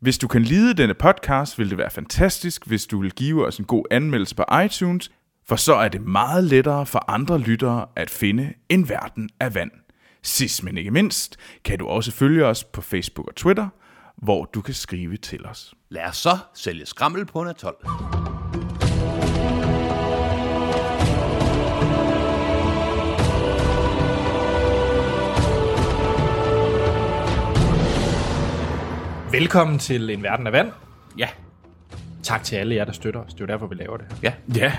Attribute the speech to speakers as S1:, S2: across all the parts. S1: Hvis du kan lide denne podcast, vil det være fantastisk, hvis du vil give os en god anmeldelse på iTunes, for så er det meget lettere for andre lyttere at finde en verden af vand. Sidst men ikke mindst, kan du også følge os på Facebook og Twitter, hvor du kan skrive til os.
S2: Lad os så sælge skrammel på en atol.
S3: Velkommen til En Verden af Vand.
S2: Ja,
S3: Tak til alle jer, der støtter os. Det er jo derfor, vi laver det.
S2: ja.
S1: Ja,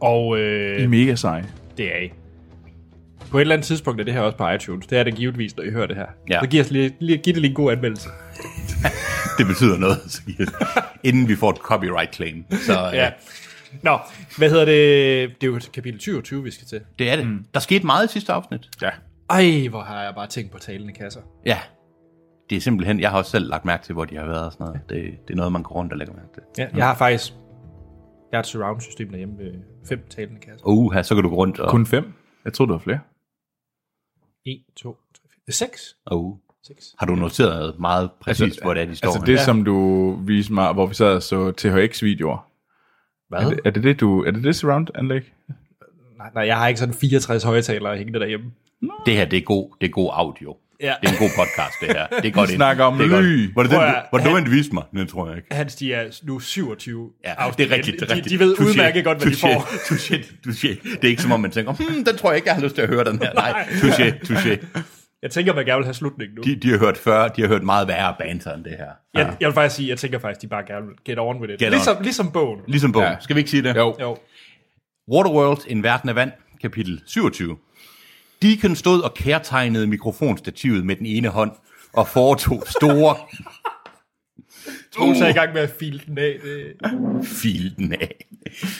S3: Og
S1: I er
S3: øh,
S1: mega seje.
S3: det er I. På et eller andet tidspunkt er det her også på iTunes. Det er det givetvis, når I hører det her.
S2: Ja.
S3: Så giv, os lige, lige, giv det lige en god anmeldelse.
S2: Det betyder noget, så giver det- inden vi får et copyright claim. Så øh, ja.
S3: Ja. Nå, hvad hedder det? Det er jo kapitel 20, 20 vi skal til.
S2: det er det. Mm. Der skete meget i sidste afsnit.
S1: Ja.
S3: Ej, hvor har jeg bare tænkt på talende kasser.
S2: Ja. Det er simpelthen, jeg har også selv lagt mærke til, hvor de har været og sådan noget. Det, det er noget, man går rundt og lægger mærke til.
S3: Ja. Jeg har faktisk... Jeg har et surround-system derhjemme med fem talende kasser.
S2: Uha, så kan du gå rundt og...
S1: Kun fem? Jeg troede, der var flere.
S3: 1, 2, 3, 4, 6.
S2: Oh.
S3: 6.
S2: Har du noteret meget præcist, altså, hvor det er, de står?
S1: Altså det,
S2: henne?
S1: som du viste mig, hvor vi sad og så THX-videoer. Er
S2: Hvad?
S1: det, er det det, du... Er det det surround-anlæg?
S3: Nej, nej, jeg har ikke sådan 64 højtalere hængende derhjemme.
S2: Det her, det er god, det er god audio.
S3: Ja.
S2: Det er en god podcast, det her. Det er godt ind.
S1: snakker om
S2: det er godt.
S1: ly.
S2: Var det den,
S3: Prøv at-
S2: du- var det, den, du viste mig? Den tror jeg ikke.
S3: Hans, de er nu 27
S2: Ja,
S3: afsnit
S2: det er rigtigt.
S3: inde.
S2: Det er rigtigt.
S3: De, de ved
S2: Touché,
S3: udmærket godt, hvad de
S2: touché,
S3: får.
S2: Touché, touché. Det er ikke som om, man tænker, hmm, den tror jeg ikke, jeg har lyst til at høre den her. Nej, touché, touché.
S3: Jeg tænker, man gerne vil have slutningen nu.
S2: De, de har hørt før, de har hørt meget værre banter end det her.
S3: jeg, jeg vil faktisk sige, jeg tænker faktisk, de bare gerne vil get on with it.
S2: Get
S3: ligesom, ligesom bogen.
S2: Ligesom bogen.
S1: Ja.
S2: Ja. Skal vi ikke sige det?
S3: Jo.
S2: Waterworld, en verden af vand, kapitel 27. Deacon stod og kærtegnede mikrofonstativet med den ene hånd, og foretog store
S3: Troels er i gang med at file den af. Det,
S2: filten af.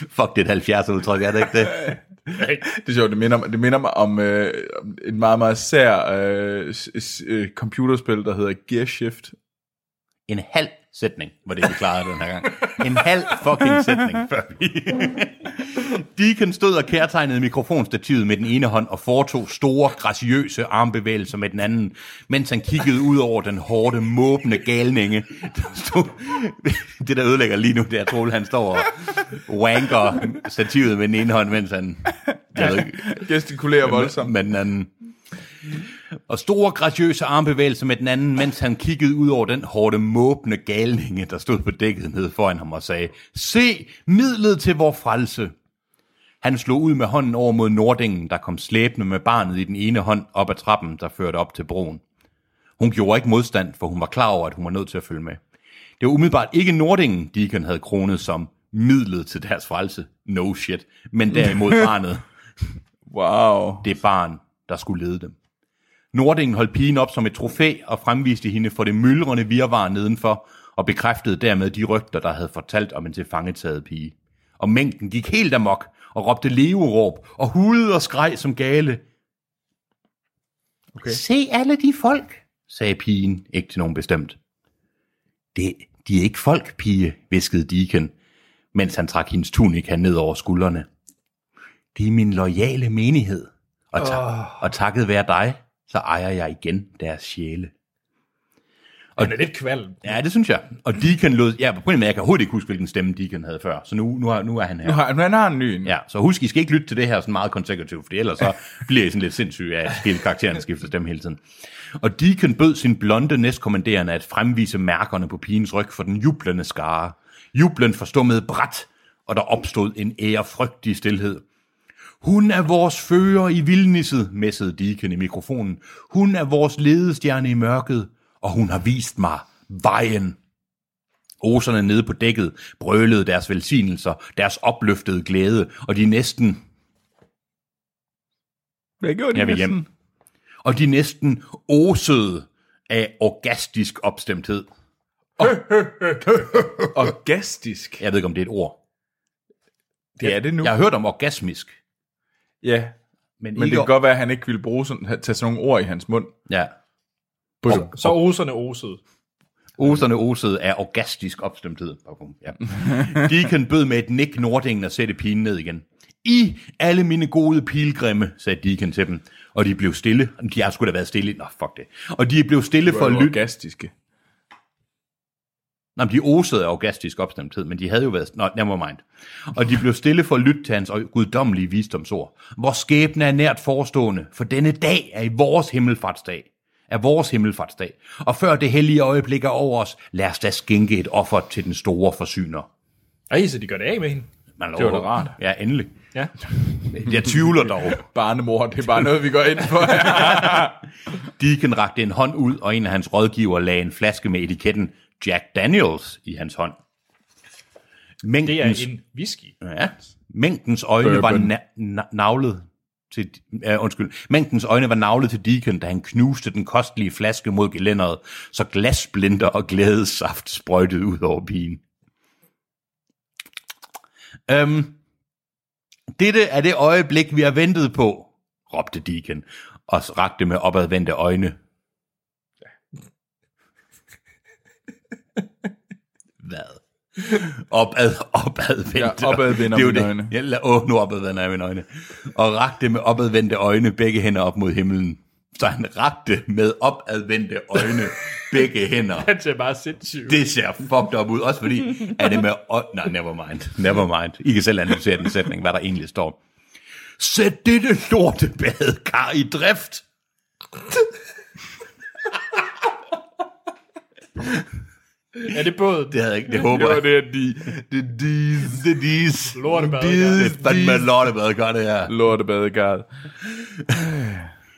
S2: Fuck, det er et 70'er udtryk, er det ikke det?
S1: Det er sjovt, det minder, mig- det minder mig om øh, om et meget, meget sær øh, s- s- øh, computerspil, der hedder Gear Shift.
S2: En halv sætning var det, vi klarede den her gang. En halv fucking sætning, før vi... Deacon stod og kærtegnede mikrofonstativet med den ene hånd og foretog store, graciøse armbevægelser med den anden, mens han kiggede ud over den hårde, måbende galninge. Der stod... Det, der ødelægger lige nu, det er Troel, han står og wanker stativet med den ene hånd, mens han... Jeg ved ikke,
S1: Gestikulerer voldsomt.
S2: med den anden. øhm, Og store, graciøse armbevægelser med den anden, mens han kiggede ud over den hårde, måbende galninge, der stod på dækket nede foran ham og sagde, Se, midlet til vor frelse. Han slog ud med hånden over mod Nordingen, der kom slæbende med barnet i den ene hånd op ad trappen, der førte op til broen. Hun gjorde ikke modstand, for hun var klar over, at hun var nødt til at følge med. Det var umiddelbart ikke Nordingen, Deacon havde kronet som midlet til deres frelse. No shit. Men derimod barnet
S1: Wow.
S2: det barn, der skulle lede dem. Nordingen holdt pigen op som et trofæ og fremviste hende for det myldrende virvar nedenfor, og bekræftede dermed de rygter, der havde fortalt om en tilfangetaget pige. Og mængden gik helt amok og råbte leveråb og hulede og skreg som gale. Okay. Se alle de folk, sagde pigen, ikke til nogen bestemt. Det, de er ikke folk, pige, viskede Deacon, mens han trak hendes tunika ned over skuldrene. Det er min loyale menighed, og, ta- oh. og takket være dig, så ejer jeg igen deres sjæle.
S3: og den er lidt kvalm.
S2: Ja, det synes jeg. Og Deacon lød... Ja, problemet er, at jeg kan overhovedet ikke huske, hvilken stemme Deacon havde før, så nu, nu, er, nu er han her.
S1: Nu har, nu han har en ny en.
S2: Ja, så husk, I skal ikke lytte til det her sådan meget konsekutivt, for ellers så bliver I sådan lidt sindssyge af, at hele karaktererne skifter stemme hele tiden. Og Deacon bød sin blonde næstkommanderende at fremvise mærkerne på pigens ryg for den jublende skare. Jublen forstummede bræt, og der opstod en ærefrygtig stillhed. Hun er vores fører i vildnisset, messede Deacon i mikrofonen. Hun er vores ledestjerne i mørket, og hun har vist mig vejen. Oserne nede på dækket brølede deres velsignelser, deres opløftede glæde, og de næsten,
S1: Hvad gjorde de
S2: Jeg vil
S1: næsten?
S2: hjem. og de næsten osede af orgastisk opstemthed.
S1: Orgastisk.
S2: Jeg ved ikke, om det er et ord.
S1: Det er det nu.
S2: Jeg har hørt om orgasmisk.
S1: Ja,
S2: Men,
S1: men
S2: ikke
S1: det kan godt være, at han ikke ville bruge sådan, tage sådan nogle ord i hans mund.
S2: Ja.
S1: På,
S3: Så oserne osede.
S2: Oserne osede af orgastisk opstemthed. Bakum, Ja. Deacon bød med et nik Nordingen at sætte pilen ned igen. I alle mine gode pilgrimme, sagde Deacon til dem. Og de blev stille. De har sgu da været stille. Nå, fuck det. Og de blev stille for
S1: for
S2: at lytte.
S1: orgastiske.
S2: Nå, men de osede af orgastisk opstemthed, men de havde jo været... Nå, never mind. Og de blev stille for at lytte til hans guddommelige visdomsord. Vores skæbne er nært forestående, for denne dag er i vores himmelfartsdag. Er vores himmelfartsdag. Og før det hellige øjeblik er over os, lad os da skænke et offer til den store forsyner.
S3: Ej, så de gør det af med hende.
S2: Man
S1: Det var da
S2: lover-
S1: rart.
S2: Ja, endelig.
S3: Ja.
S2: Jeg tvivler dog.
S1: Barnemor, det er bare noget, vi går ind for.
S2: Deacon rakte en hånd ud, og en af hans rådgivere lagde en flaske med etiketten Jack Daniels i hans hånd.
S3: Det er
S2: Mængdens
S3: en whisky.
S2: Ja. Mængdens øjne Bourbon. var
S1: Bourbon.
S2: na- na- navlet til, uh, undskyld, mængdens øjne var navlet til Deacon, da han knuste den kostelige flaske mod gelænderet, så glassplinter og glædesaft sprøjtede ud over pigen. Øhm, dette er det øjeblik, vi har ventet på, råbte Deacon, og rakte med opadvendte øjne. Hvad? Opad, opadvendte.
S1: Ja, opadvender
S2: Det er jo
S1: mine
S2: det.
S1: øjne.
S2: Jeg la- åh, nu opadvender jeg mine øjne. Og rakte med opadvendte øjne begge hænder op mod himlen. Så han rakte med opadvendte øjne begge hænder.
S3: Han ser bare sindssyg. ud.
S2: Det ser fucked up ud, også fordi, er det med... Oh, nej, never mind, never mind. I kan selv analysere den sætning, hvad der egentlig står. Sæt dette lorte badekar i drift!
S3: Er det båden?
S2: Det havde jeg ikke, det håber jeg.
S1: det er de, det er de
S2: Det er dis.
S3: Lortebadekar.
S2: Det er fandme lortebadekar, det her.
S1: lortebadegard.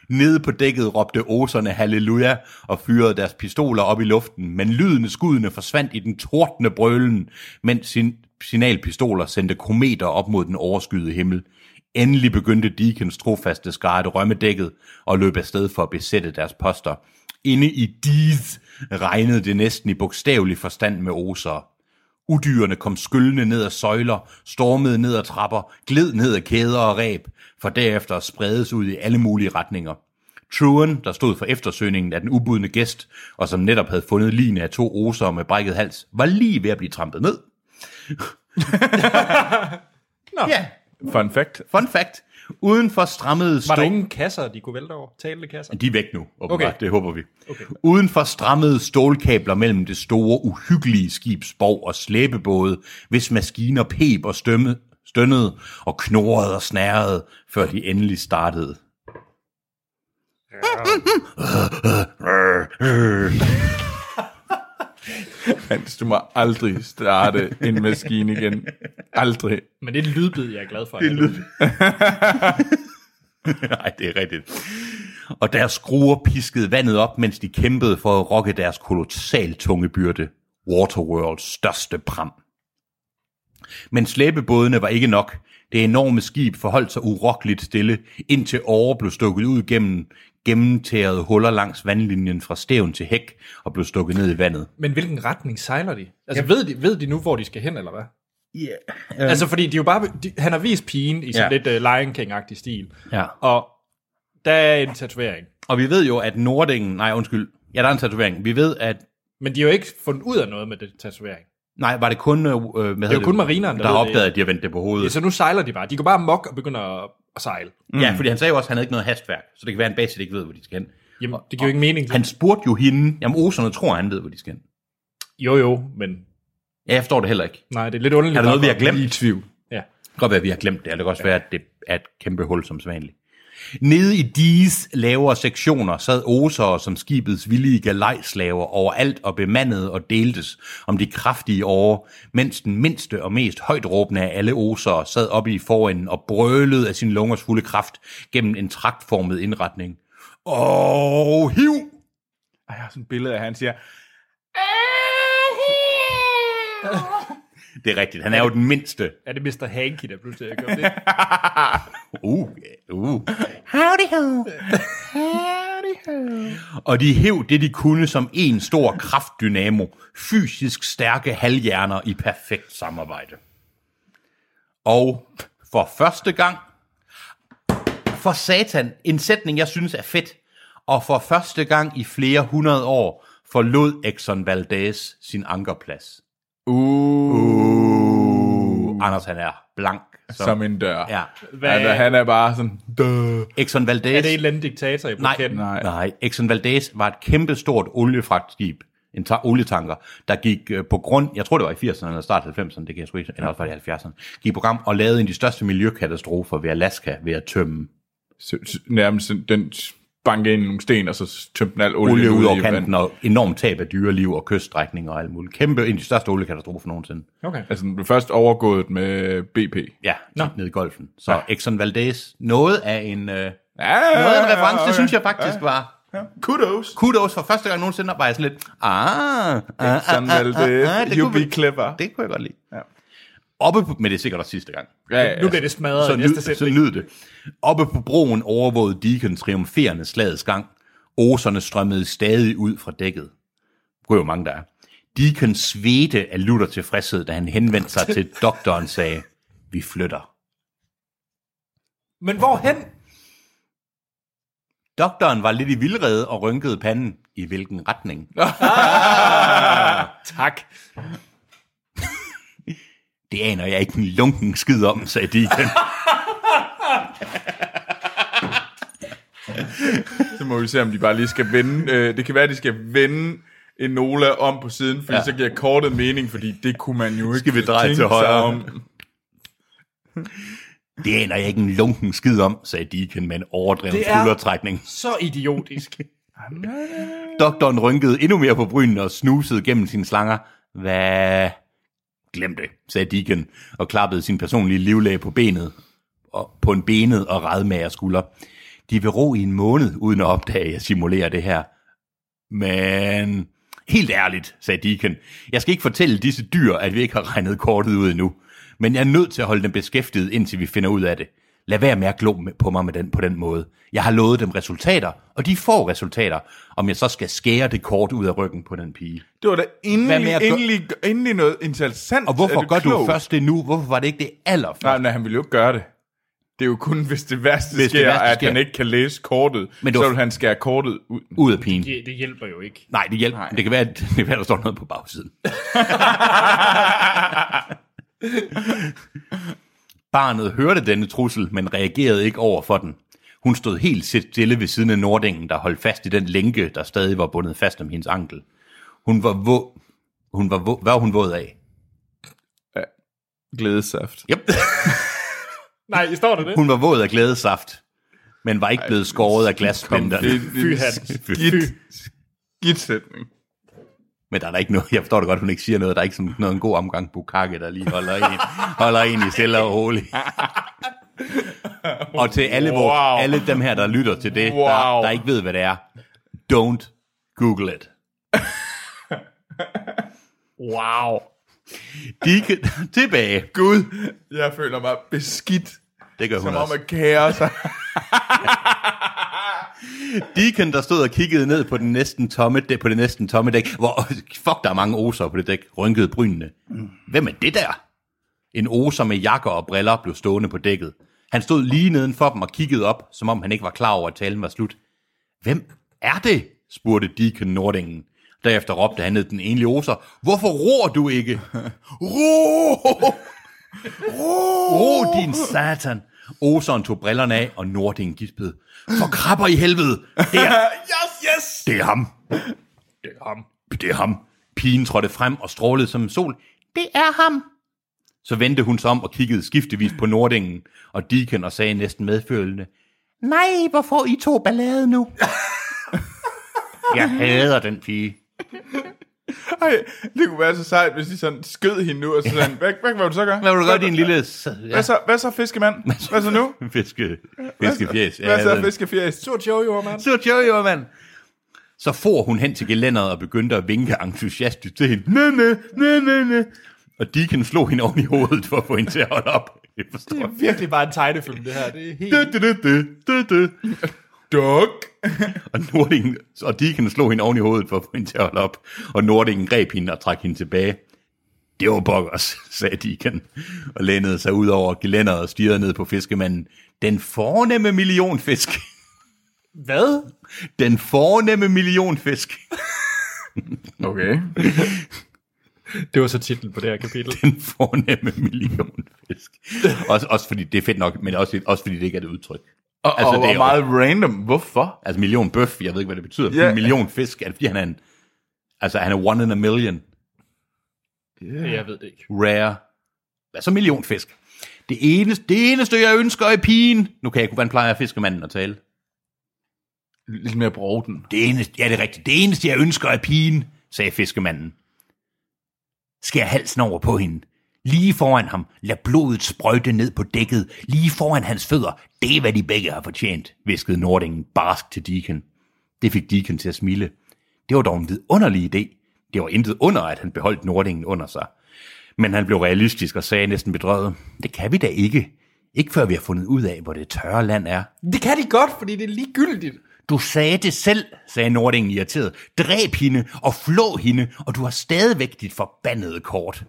S2: Nede på dækket råbte oserne halleluja og fyrede deres pistoler op i luften, men lyden af skuddene forsvandt i den tordende brølen, mens sin signalpistoler sendte kometer op mod den overskyede himmel. Endelig begyndte Deacons trofaste skare at rømme dækket og løb afsted for at besætte deres poster. Inde i Deez regnede det næsten i bogstavelig forstand med osere. Udyrene kom skyllende ned ad søjler, stormede ned ad trapper, gled ned ad kæder og ræb, for derefter at spredes ud i alle mulige retninger. Truen, der stod for eftersøgningen af den ubudne gæst, og som netop havde fundet ligene af to oser med brækket hals, var lige ved at blive trampet ned. Nå. Ja,
S1: Fun fact.
S2: fun fact. Udenfor strammede
S3: Var
S2: stå-
S3: der ingen kasser, de kunne vælte over? Talende kasser?
S2: de er væk nu, åbenbart. Okay.
S3: Okay.
S2: Det håber vi. Okay. Udenfor strammede stålkabler mellem det store, uhyggelige skibs borg og slæbebåde, hvis maskiner pep og stømme, stønnede og knorrede og snærrede, før de endelig startede.
S1: Hans, du må aldrig starte en maskine igen. Aldrig.
S3: Men det er et lydbid, jeg er glad for.
S2: Det lød. Nej, det er rigtigt. Og deres skruer piskede vandet op, mens de kæmpede for at rokke deres kolossalt tunge byrde. Waterworlds største pram. Men slæbebådene var ikke nok. Det enorme skib forholdt sig urokkeligt stille, indtil åre blev stukket ud gennem gennemtærede huller langs vandlinjen fra stævn til hæk og blev stukket ned i vandet.
S3: Men hvilken retning sejler de? Altså, ved de, ved de nu, hvor de skal hen, eller hvad? Yeah. Um, altså, fordi de er jo bare, de, han har vist pigen i sådan
S2: Ja.
S3: lidt uh, Lion King-agtig stil.
S2: Ja.
S3: Og der er en tatovering.
S2: Og vi ved jo, at Nordingen... Nej, undskyld. Ja, der er en tatovering. Vi ved, at
S3: Men de har jo ikke fundet ud af noget med den tatovering.
S2: Nej, var det kun... Øh, hvad det
S3: jo kun marineren, der
S2: der, der
S3: ved
S2: opdagede,
S3: det.
S2: at de har vendt det på hovedet.
S3: Ja, så nu sejler de bare. De går bare mok og begynder at, at sejle.
S2: Mm. Ja, fordi han sagde jo også, at han havde ikke noget hastværk, så det kan være, at han basic ikke ved, hvor de skal hen.
S3: Jamen, det giver jo ikke mening.
S2: Han spurgte jo hende, jamen oserne tror, han ved, hvor de skal hen.
S3: Jo, jo, men
S2: Ja, jeg forstår det heller ikke.
S3: nej, det er lidt underligt.
S2: Er der noget, vi har
S3: Bare-
S2: glemt?
S1: I tvivl.
S3: Ja.
S2: Det kan godt være, at vi har glemt det, og det kan også være, at det er et kæmpe hul som sædvanligt. Nede i disse lavere sektioner sad osere som skibets villige galejslaver overalt og bemandede og deltes om de kraftige åre, mens den mindste og mest højt råbende af alle osere sad oppe i forenden og brølede af sin lungers fulde kraft gennem en traktformet indretning. Og hiv!
S1: Ej, jeg har sådan et billede af, at han siger,
S2: Det er rigtigt, han er jo den mindste.
S3: Er det Mr. Hanky, der pludselig gør det?
S2: Uh, uh. Howdy ho! Og de hæv det, de kunne som en stor kraftdynamo. Fysisk stærke halvhjerner i perfekt samarbejde. Og for første gang, for satan, en sætning, jeg synes er fedt. Og for første gang i flere hundrede år, forlod Exxon Valdez sin ankerplads. Uh. uh. Anders, han er blank.
S1: Så. Som en dør.
S2: Ja.
S1: Hvad? Altså, han er bare sådan, Duh.
S2: Exxon Valdez...
S3: Er det en eller anden diktator i
S2: Nej,
S3: buketten?
S2: nej. nej. Exxon Valdez var et kæmpestort oliefragtskib, en ta- olietanker, der gik øh, på grund, jeg tror det var i 80'erne eller start 90'erne, det kan jeg sgu ikke, eller også var det i 70'erne, gik på grund og lavede en af de største miljøkatastrofer ved Alaska ved at tømme
S1: Så- så- nærmest sådan, den bankede ind i nogle sten, og så tømte den al olie,
S2: olie ud over
S1: i vandet.
S2: kanten og enormt tab af dyreliv og kyststrækninger og alt muligt. Kæmpe, en af de største oliekatastrofer nogensinde.
S3: Okay.
S1: Altså, den blev først overgået med BP.
S2: Ja, Nå. ned i golfen. Så ja. Exxon Valdez, noget af en, øh,
S1: Ja,
S2: noget af en reference, det synes jeg faktisk var
S1: Kudos.
S2: kudos for første gang nogensinde, var jeg sådan lidt, ah, ah, ah,
S1: Sådan
S2: ah,
S1: vel
S2: ah,
S1: det.
S2: ah, det,
S1: You
S2: kunne
S1: be
S2: vi,
S1: clever.
S2: det kunne jeg godt lide.
S1: Ja.
S2: Oppe på, men det er sikkert også sidste gang.
S1: Ja, ja,
S3: Nu
S1: ja.
S3: bliver det smadret
S2: Altså, Så
S3: i næste
S2: nyd, så
S3: sætning.
S2: nyd det. Oppe på broen overvågede Deacon triumferende slagets gang. Oserne strømmede stadig ud fra dækket. Det er jo mange, der er. Deacon svedte af lutter tilfredshed, da han henvendte sig til doktoren sagde, vi flytter.
S3: Men hvorhen?
S2: Doktoren var lidt i vildrede og rynkede panden. I hvilken retning?
S3: Tak.
S2: Det aner jeg ikke en lunken skid om, sagde Deacon.
S1: Så må vi se, om de bare lige skal vende. Øh, det kan være, at de skal vende Enola om på siden, fordi ja.
S2: Ja.
S1: så giver kortet mening, fordi det kunne man jo ikke
S2: Skal vi dreje
S1: tænke
S2: til
S1: sig
S2: højre?
S1: Om.
S2: Det aner jeg ikke en lunken skid om, sagde Deacon med en overdreven
S3: Det er-
S2: skuldertrækning.
S3: Så idiotisk.
S2: Doktoren rynkede endnu mere på brynene og snusede gennem sine slanger. Hvad? Glem det, sagde Deacon og klappede sin personlige livlæge på benet og på en benet og redmager skulder. De vil ro i en måned, uden at opdage, at jeg simulerer det her. Men helt ærligt, sagde Deacon, jeg skal ikke fortælle disse dyr, at vi ikke har regnet kortet ud endnu. Men jeg er nødt til at holde dem beskæftiget, indtil vi finder ud af det. Lad være med at glo med- på mig med den, på den måde. Jeg har lovet dem resultater, og de får resultater, om jeg så skal skære det kort ud af ryggen på den pige.
S1: Det var da
S2: Hvad med
S1: endelig,
S2: at gå-
S1: endelig, endelig noget interessant.
S2: Og hvorfor
S1: Er
S2: gør du
S1: klogt?
S2: først det nu? Hvorfor var det ikke det allerførste?
S1: Nej, nej, han ville jo ikke gøre det. Det er jo kun, hvis det værste hvis
S2: Hvis
S1: sker,
S2: det
S1: det værste
S2: værste
S1: at
S2: sker.
S1: han ikke kan læse kortet, Men
S2: Men du-
S1: så vil han skære kortet ud.
S2: Ud af pigen.
S3: Det, det hjælper jo ikke.
S2: Nej, det hjælper. Det kan være, at det kan være, der står noget på bagsiden. Barnet hørte denne trussel, men reagerede ikke over for den. Hun stod helt stille ved siden af Nordingen, der holdt fast i den lænke, der stadig var bundet fast om hendes ankel. Hun var vå... Hun var vå... Hvad var hun våd af?
S1: Glædesaft.
S2: Yep.
S3: Nej, står der det?
S2: Hun var våd af glædesaft, men var ikke blevet skåret af glaspinderne.
S3: Fy
S1: Fy
S3: Hans.
S1: Git, git sætning.
S2: Men der er da ikke noget, jeg forstår det godt, hun ikke siger noget. Der er ikke sådan noget, en god omgang bukakke, der lige holder en, holder en i stille og roligt. og til alle, wow. vores,
S1: Wow.
S2: alle dem her, der lytter til det, wow.
S1: Wow.
S2: der, der ikke ved, hvad det er, don't google it.
S3: Wow.
S2: De kan, tilbage. Gud.
S1: Jeg føler mig beskidt,
S2: Det gør hun
S1: som om
S2: også.
S1: at kære sig.
S2: Deacon, der stod og kiggede ned på, den næsten tomme dæk, på det næsten tomme dæk, hvor, fuck, der er mange oser på det dæk, rynkede brynene. Hvem er det der? En oser med jakker og briller blev stående på dækket. Han stod lige nedenfor dem og kiggede op, som om han ikke var klar over, at talen var slut. Hvem er det? spurgte Deacon Nordingen. Derefter råbte han ned den enlige oser, hvorfor roer du ikke?
S1: Ro! Ro!
S2: Ro, din satan! Oseren tog brillerne af, og Nordingen gispede. For krabber i helvede! Det er
S1: Yes, yes!
S2: Det er ham. Det er ham. Det er ham. Pigen trådte frem og strålede som en sol. Det er ham. Så vendte hun sig om og kiggede skiftevis på Nordingen, og Deacon og sagde næsten medfølende, Nej, hvor får I to ballade nu? Jeg hader den pige.
S1: Ej, det kunne være så sejt, hvis de sådan skød hende nu, og så sådan, hvad, hvad, hvad vil du så gøre?
S2: Hvad vil du gøre, din lille... s- Ja,
S1: Hvad så, hvad så fiskemand? Hvad så nu?
S2: fiske, fiskefjes. Ja,
S1: Hvad
S2: jeg ved
S1: så
S2: det.
S1: fiskefjæs?
S3: Surt jojo, mand.
S2: Så jojo, mand. Så for hun hen til gelænderet og begyndte at vinke entusiastisk til hende. Næ, næ, næ, næ, næ. Og Deacon slog hende oven i hovedet for at få hende til at holde op. Det forstår jeg.
S3: Virkelig bare en tegnefilm, det her. Det er helt...
S2: Du, du, du, du, du, du.
S1: Duk!
S2: Og Nordingen, og Deacon slog hende oven i hovedet for at få hende til at holde op, og Nordingen greb hende og trak hende tilbage. Det var bokkers, sagde Deacon, og lænede sig ud over gelænderet og stirrede ned på fiskemanden. Den fornemme millionfisk.
S3: Hvad?
S2: Den fornemme millionfisk.
S1: Okay.
S3: Det var så titlen på det her kapitel.
S2: Den fornemme millionfisk. Også, også fordi det er fedt nok, men også, også fordi det ikke er et udtryk.
S1: Og, altså,
S2: Altså,
S1: og,
S2: det er
S1: og
S2: jo-
S1: meget random. Hvorfor?
S2: Altså million bøf, jeg ved ikke, hvad det betyder.
S1: Ja.
S2: Yeah. Million fisk, er det fordi han er en, altså han er one in a million,
S3: Jeg ved det ikke.
S2: rare, hvad så million fisk? Det eneste, det eneste, jeg ønsker i pigen, nu kan jeg ikke, hvordan plejer fiskemanden at tale?
S1: Lidt mere bruge den.
S2: Det eneste, ja det er rigtigt, det eneste, jeg ønsker er pigen, sagde fiskemanden. Skær halsen over på hende. Lige foran ham, lad blodet sprøjte ned på dækket, lige foran hans fødder. Det er, hvad de begge har fortjent, viskede Nordingen barsk til Deacon. Det fik Deacon til at smile. Det var dog en vidunderlig idé. Det var intet under, at han beholdt Nordingen under sig. Men han blev realistisk og sagde næsten bedrøvet, det kan vi da ikke. Ikke før vi har fundet ud af, hvor det tørre land er.
S3: Det kan de godt, fordi det er ligegyldigt.
S2: Du sagde det selv, sagde Nordingen irriteret. Dræb hende og flå hende, og du har stadigvæk dit forbandede kort.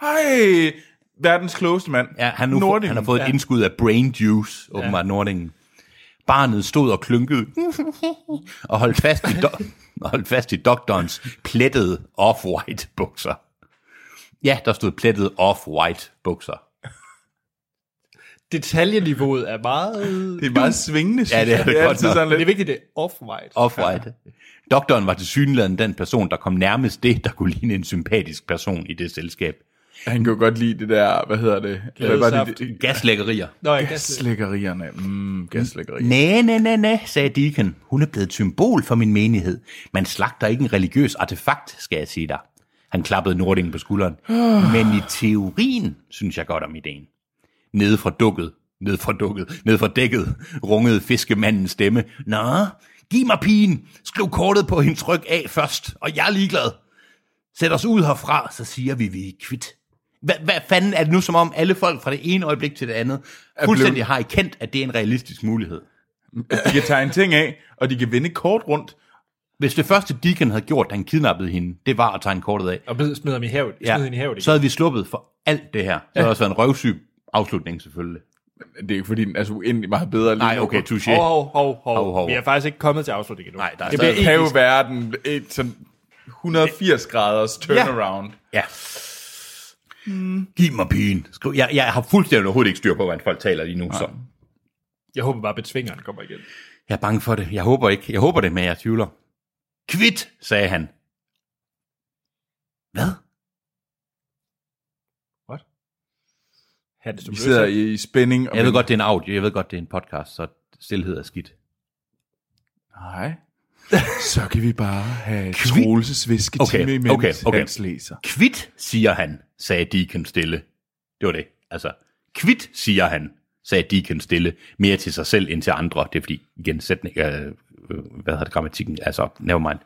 S1: Hej! Verdens klogeste mand.
S2: Ja, han, nu får,
S1: Nordingen.
S2: han har fået ja. et indskud af brain juice, åbenbart ja. Nordingen. Barnet stod og klunkede og holdt fast i, do- og holdt fast i doktorens plettede off-white bukser. Ja, der stod plettede off-white bukser.
S3: Detaljeniveauet er meget...
S1: Det er meget svingende, synes
S2: Ja, det er
S1: jeg.
S2: det godt
S1: altid
S2: nok.
S1: sådan
S3: Men det er
S1: lidt.
S3: vigtigt, det er off-white.
S2: Off-white. Doktoren var til synligheden den person, der kom nærmest det, der kunne ligne en sympatisk person i det selskab.
S1: Han kunne godt lide det der, hvad hedder det? Hvad var det?
S3: Glædesaft.
S1: det?
S2: Gaslækkerier.
S3: Nå, jeg gaslæg.
S1: Gaslækkerierne. Mm, gaslækkerier.
S2: Næ, næ, næ, næ, sagde Deacon. Hun er blevet et symbol for min menighed. Man slagter ikke en religiøs artefakt, skal jeg sige dig. Han klappede Nordingen på skulderen. Men i teorien synes jeg godt om ideen. Nede fra dukket, nede fra dukket, nede fra dækket, rungede fiskemandens stemme. Nå, giv mig pigen. Skriv kortet på hendes ryg af først, og jeg er ligeglad. Sæt os ud herfra, så siger vi, vi er kvitt. Hvad, hvad fanden er det nu som om alle folk fra det ene øjeblik til det andet fuldstændig har erkendt, at det er en realistisk mulighed?
S1: De kan tegne ting af, og de kan vende kort rundt.
S2: Hvis det første Deacon havde gjort, da han kidnappede hende, det var at tegne kortet af,
S3: Og bid- smider ham i havet. Ja. Smider hende i havet
S2: så
S3: igen.
S2: havde vi sluppet for alt det her. Så havde det også været en røvsyg afslutning, selvfølgelig.
S1: Det er ikke fordi, den er så uendelig meget bedre lige
S2: Nej,
S1: nu.
S2: okay, touché.
S3: Hov, hov, hov,
S2: Hov, hov.
S3: hov. Vi er faktisk ikke kommet til afslutningen endnu.
S2: Nej, der er
S3: det
S2: stadig-
S1: Det
S3: bliver ikke.
S1: kan jo være den et sådan 180 graders turnaround.
S2: Ja. Giv mig pigen. Skriv. Jeg, jeg har fuldstændig overhovedet ikke styr på, hvordan folk taler lige nu. Så.
S3: Jeg håber bare, at betvingeren kommer igen.
S2: Jeg er bange for det. Jeg håber ikke. Jeg håber det, men jeg tvivler. Kvit, sagde han. Hvad?
S3: What? Hans, du
S1: Vi
S3: blev
S1: sidder
S3: så-
S1: i, i spænding. Og
S2: Jeg ved godt, det er en audio. Jeg ved godt, det er en podcast, så stillhed er skidt.
S1: Nej. Så kan vi bare have
S2: Kvi-
S1: Troelses visketime,
S2: Okay,
S1: okay, imens
S2: okay,
S1: okay,
S2: okay.
S1: okay. Hans læser.
S2: Kvit, siger han, sagde Deacon stille. Det var det, altså. Kvit, siger han, sagde Deacon stille, mere til sig selv end til andre. Det er fordi, igen, sætning, øh, øh, hvad hedder det, grammatikken, altså, nevermind.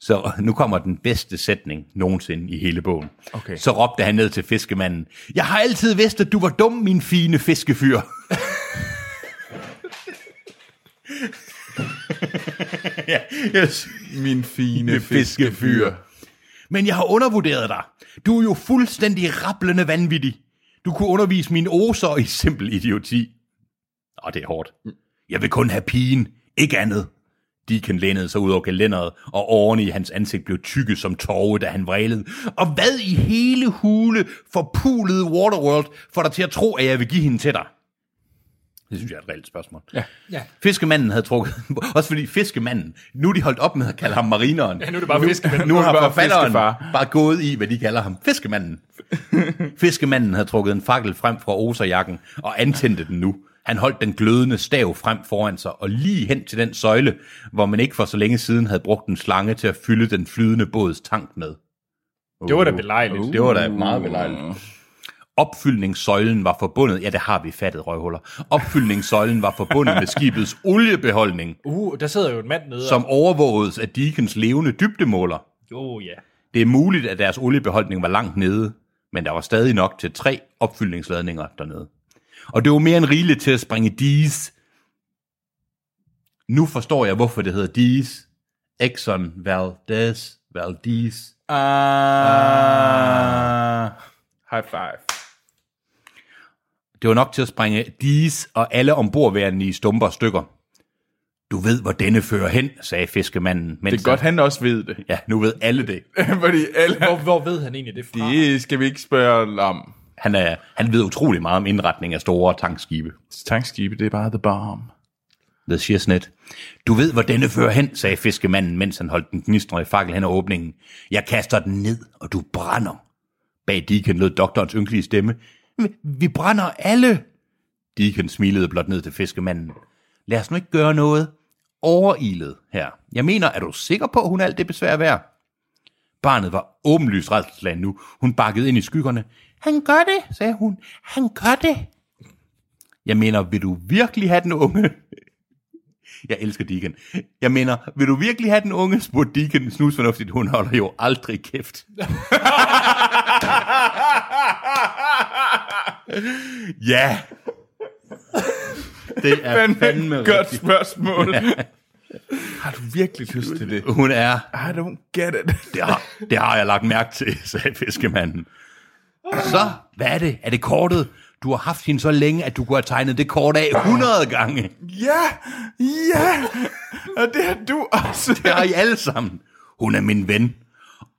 S2: Så nu kommer den bedste sætning nogensinde i hele bogen.
S1: Okay.
S2: Så råbte han ned til fiskemanden, Jeg har altid vidst, at du var dum, min fine fiskefyr. ja, jeg synes,
S1: Min fine
S2: fiskefyr.
S1: fiskefyr.
S2: Men jeg har undervurderet dig. Du er jo fuldstændig rablende vanvittig. Du kunne undervise mine oser i simpel idioti. Og det er hårdt. Jeg vil kun have pigen, ikke andet. Deacon lænede sig ud over kalenderet, og årene i hans ansigt blev tykke som torve, da han vrælede. Og hvad i hele hule forpulede Waterworld får dig til at tro, at jeg vil give hende til dig? Det synes jeg er et reelt spørgsmål. Ja.
S3: Ja.
S2: Fiskemanden havde trukket... Også fordi fiskemanden... Nu er de holdt op med at kalde ham marineren.
S3: Ja, nu er det bare fiskemanden.
S2: Nu
S1: Nu er det
S2: har
S1: bare
S2: forfatteren
S1: fiskefar.
S2: bare gået i, hvad de kalder ham. Fiskemanden. Fiskemanden havde trukket en fakkel frem fra oserjakken og antændte den nu. Han holdt den glødende stav frem foran sig og lige hen til den søjle, hvor man ikke for så længe siden havde brugt en slange til at fylde den flydende båds tank med.
S3: Det var da belejligt.
S2: Det var da meget
S1: Mm.
S2: belejligt. Opfyldningssøjlen var forbundet, ja det har vi fattet røvhuller, opfyldningssøjlen var forbundet med skibets oliebeholdning,
S3: Uh, der sidder jo en mand nede.
S2: som overvågedes af Deacons levende dybdemåler.
S3: Jo, oh, ja.
S2: Det er muligt, at deres oliebeholdning var langt nede, men der var stadig nok til tre opfyldningsladninger dernede. Og det var mere end rigeligt til at springe diges. Nu forstår jeg, hvorfor det hedder Dees. Exxon Valdez Valdez.
S3: Ah. High five.
S2: Det var nok til at sprænge Dees og alle ombordværende i stumper og stykker. Du ved, hvor denne fører hen, sagde fiskemanden. Mens
S1: Det er godt, han også ved det.
S2: Ja, nu ved alle det.
S1: Fordi alle...
S3: Hvor, hvor ved han egentlig det fra?
S1: Det øh, skal vi ikke spørge om.
S2: Han, er, han ved utrolig meget om indretning af store tankskibe.
S1: Tankskibe, det er bare the bomb.
S2: The Shearsnet. Du ved, hvor denne fører hen, sagde fiskemanden, mens han holdt den gnistrende fakkel hen ad åbningen. Jeg kaster den ned, og du brænder. Bag Deacon lød doktorens ynkelige stemme. "Vi- Vi brænder alle! Deacon smilede blot ned til fiskemanden. Lad os nu ikke gøre noget. Overilet her. Jeg mener, er du sikker på, at hun er alt det besvær værd? Barnet var åbenlyst redselslagen nu. Hun bakkede ind i skyggerne. Han gør det, sagde hun. Han gør det. Jeg mener, vil du virkelig have den unge? Jeg elsker Deacon. Jeg mener, vil du virkelig have den unge? spurgte Deacon snusfornuftigt. Hun holder jo aldrig kæft. ja. Det er fandme
S1: Godt
S2: rigtigt.
S1: spørgsmål. Har du virkelig lyst til det?
S2: Hun er
S1: I don't get it.
S2: Det har, det har jeg lagt mærke til, sagde fiskemanden. Så, hvad er det? Er det kortet? Du har haft hende så længe, at du kunne have tegnet det kort af 100 gange.
S1: Ja, ja. Og det har du også.
S2: Det har I alle sammen. Hun er min ven.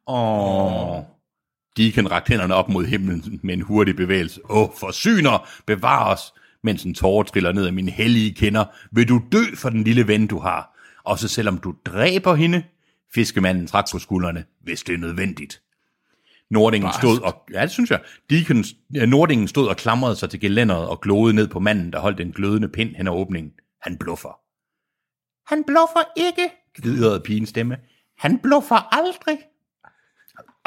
S2: Åh. Deacon rakte hænderne op mod himlen med en hurtig bevægelse. Åh, forsyner, bevar os, mens en tårer triller ned af mine hellige kinder. Vil du dø for den lille ven, du har? Også selvom du dræber hende? Fiskemanden trak på skuldrene, hvis det er nødvendigt. Nordingen stod og... Ja, det synes jeg. Deacon, ja, Nordingen stod og klamrede sig til gelænderet og gloede ned på manden, der holdt en glødende pind hen ad åbningen. Han bluffer. Han bluffer ikke, gvidrede pigens stemme. Han bluffer aldrig.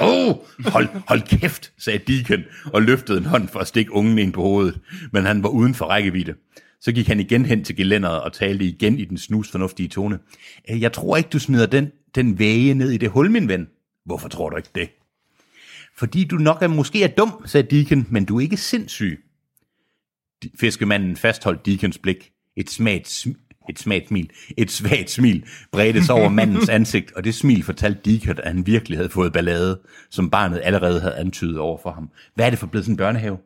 S2: Åh, oh, hold, hold kæft, sagde Deacon og løftede en hånd for at stikke ungen ind på hovedet, men han var uden for rækkevidde. Så gik han igen hen til gelænderet og talte igen i den snusfornuftige tone. "Øh, Jeg tror ikke, du smider den, den væge ned i det hul, min ven. Hvorfor tror du ikke det? Fordi du nok er måske er dum, sagde Deacon, men du er ikke sindssyg. De- Fiskemanden fastholdt Deacons blik. Et smagt, sm- et smagt smil, et svagt smil bredte sig over mandens ansigt, og det smil fortalte Deacon, at han virkelig havde fået ballade, som barnet allerede havde antydet over for ham. Hvad er det for blevet sådan en børnehave?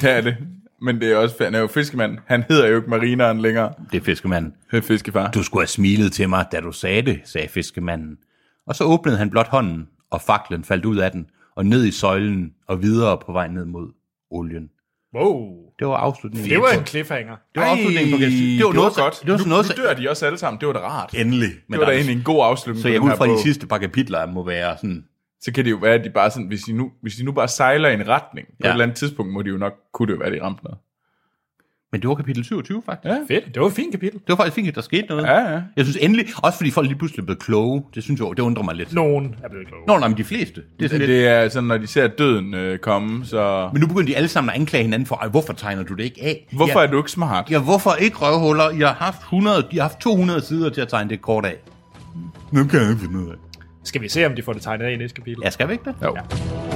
S1: Det er det. Men det er også, han er jo fiskemand. Han hedder jo ikke marineren længere.
S2: Det er fiskemanden.
S1: Han er fiskefar.
S2: Du skulle have smilet til mig, da du sagde det, sagde fiskemanden. Og så åbnede han blot hånden, og faklen faldt ud af den, og ned i søjlen, og videre på vej ned mod olien.
S3: Wow.
S2: Det var afslutningen.
S3: Det var en cliffhanger.
S2: det var afslutningen på Gatsby.
S1: Det var, noget, godt.
S2: Det var sådan noget,
S1: nu,
S2: så
S1: nu dør de også alle sammen. Det var da rart.
S2: endelig. Men
S1: det var da
S2: der er-
S1: egentlig en god afslutning
S2: Så
S1: på
S2: jeg
S1: den
S2: ud
S1: her
S2: fra
S1: bog.
S2: de sidste par kapitler må være sådan,
S1: Så kan det jo være, at de bare sådan, hvis de nu, hvis de nu bare sejler i en retning, på
S2: Ja.
S1: et eller andet tidspunkt må de jo nok, kunne det jo være, de ramte noget.
S2: men det var kapitel 27 faktisk.
S1: Ja.
S3: Fedt. Det var et fint kapitel.
S2: Det var faktisk fint, at der skete noget.
S1: Ja, ja.
S2: Jeg synes endelig, også fordi folk lige pludselig blev kloge, det synes jeg, det undrer mig lidt.
S3: Nogen er blevet kloge.
S2: Nå, nej, men de fleste. Det er sådan lidt.
S1: Det er sådan, når de ser døden øh, komme, så...
S2: Men nu begynder de alle sammen at anklage hinanden for, "Ej, hvorfor tegner du det ikke af?
S1: Hvorfor
S2: ja,
S1: er du ikke smart?
S2: ja, hvorfor ikke røvhuller? Jeg har haft 100, jeg har haft 200 sider til at tegne det kort af. Nu kan jeg ikke finde ud af.
S3: Skal vi se, om de får det tegnet af i næste kapitel?
S2: Ja, skal vi ikke det?
S1: Jo.
S3: Ja.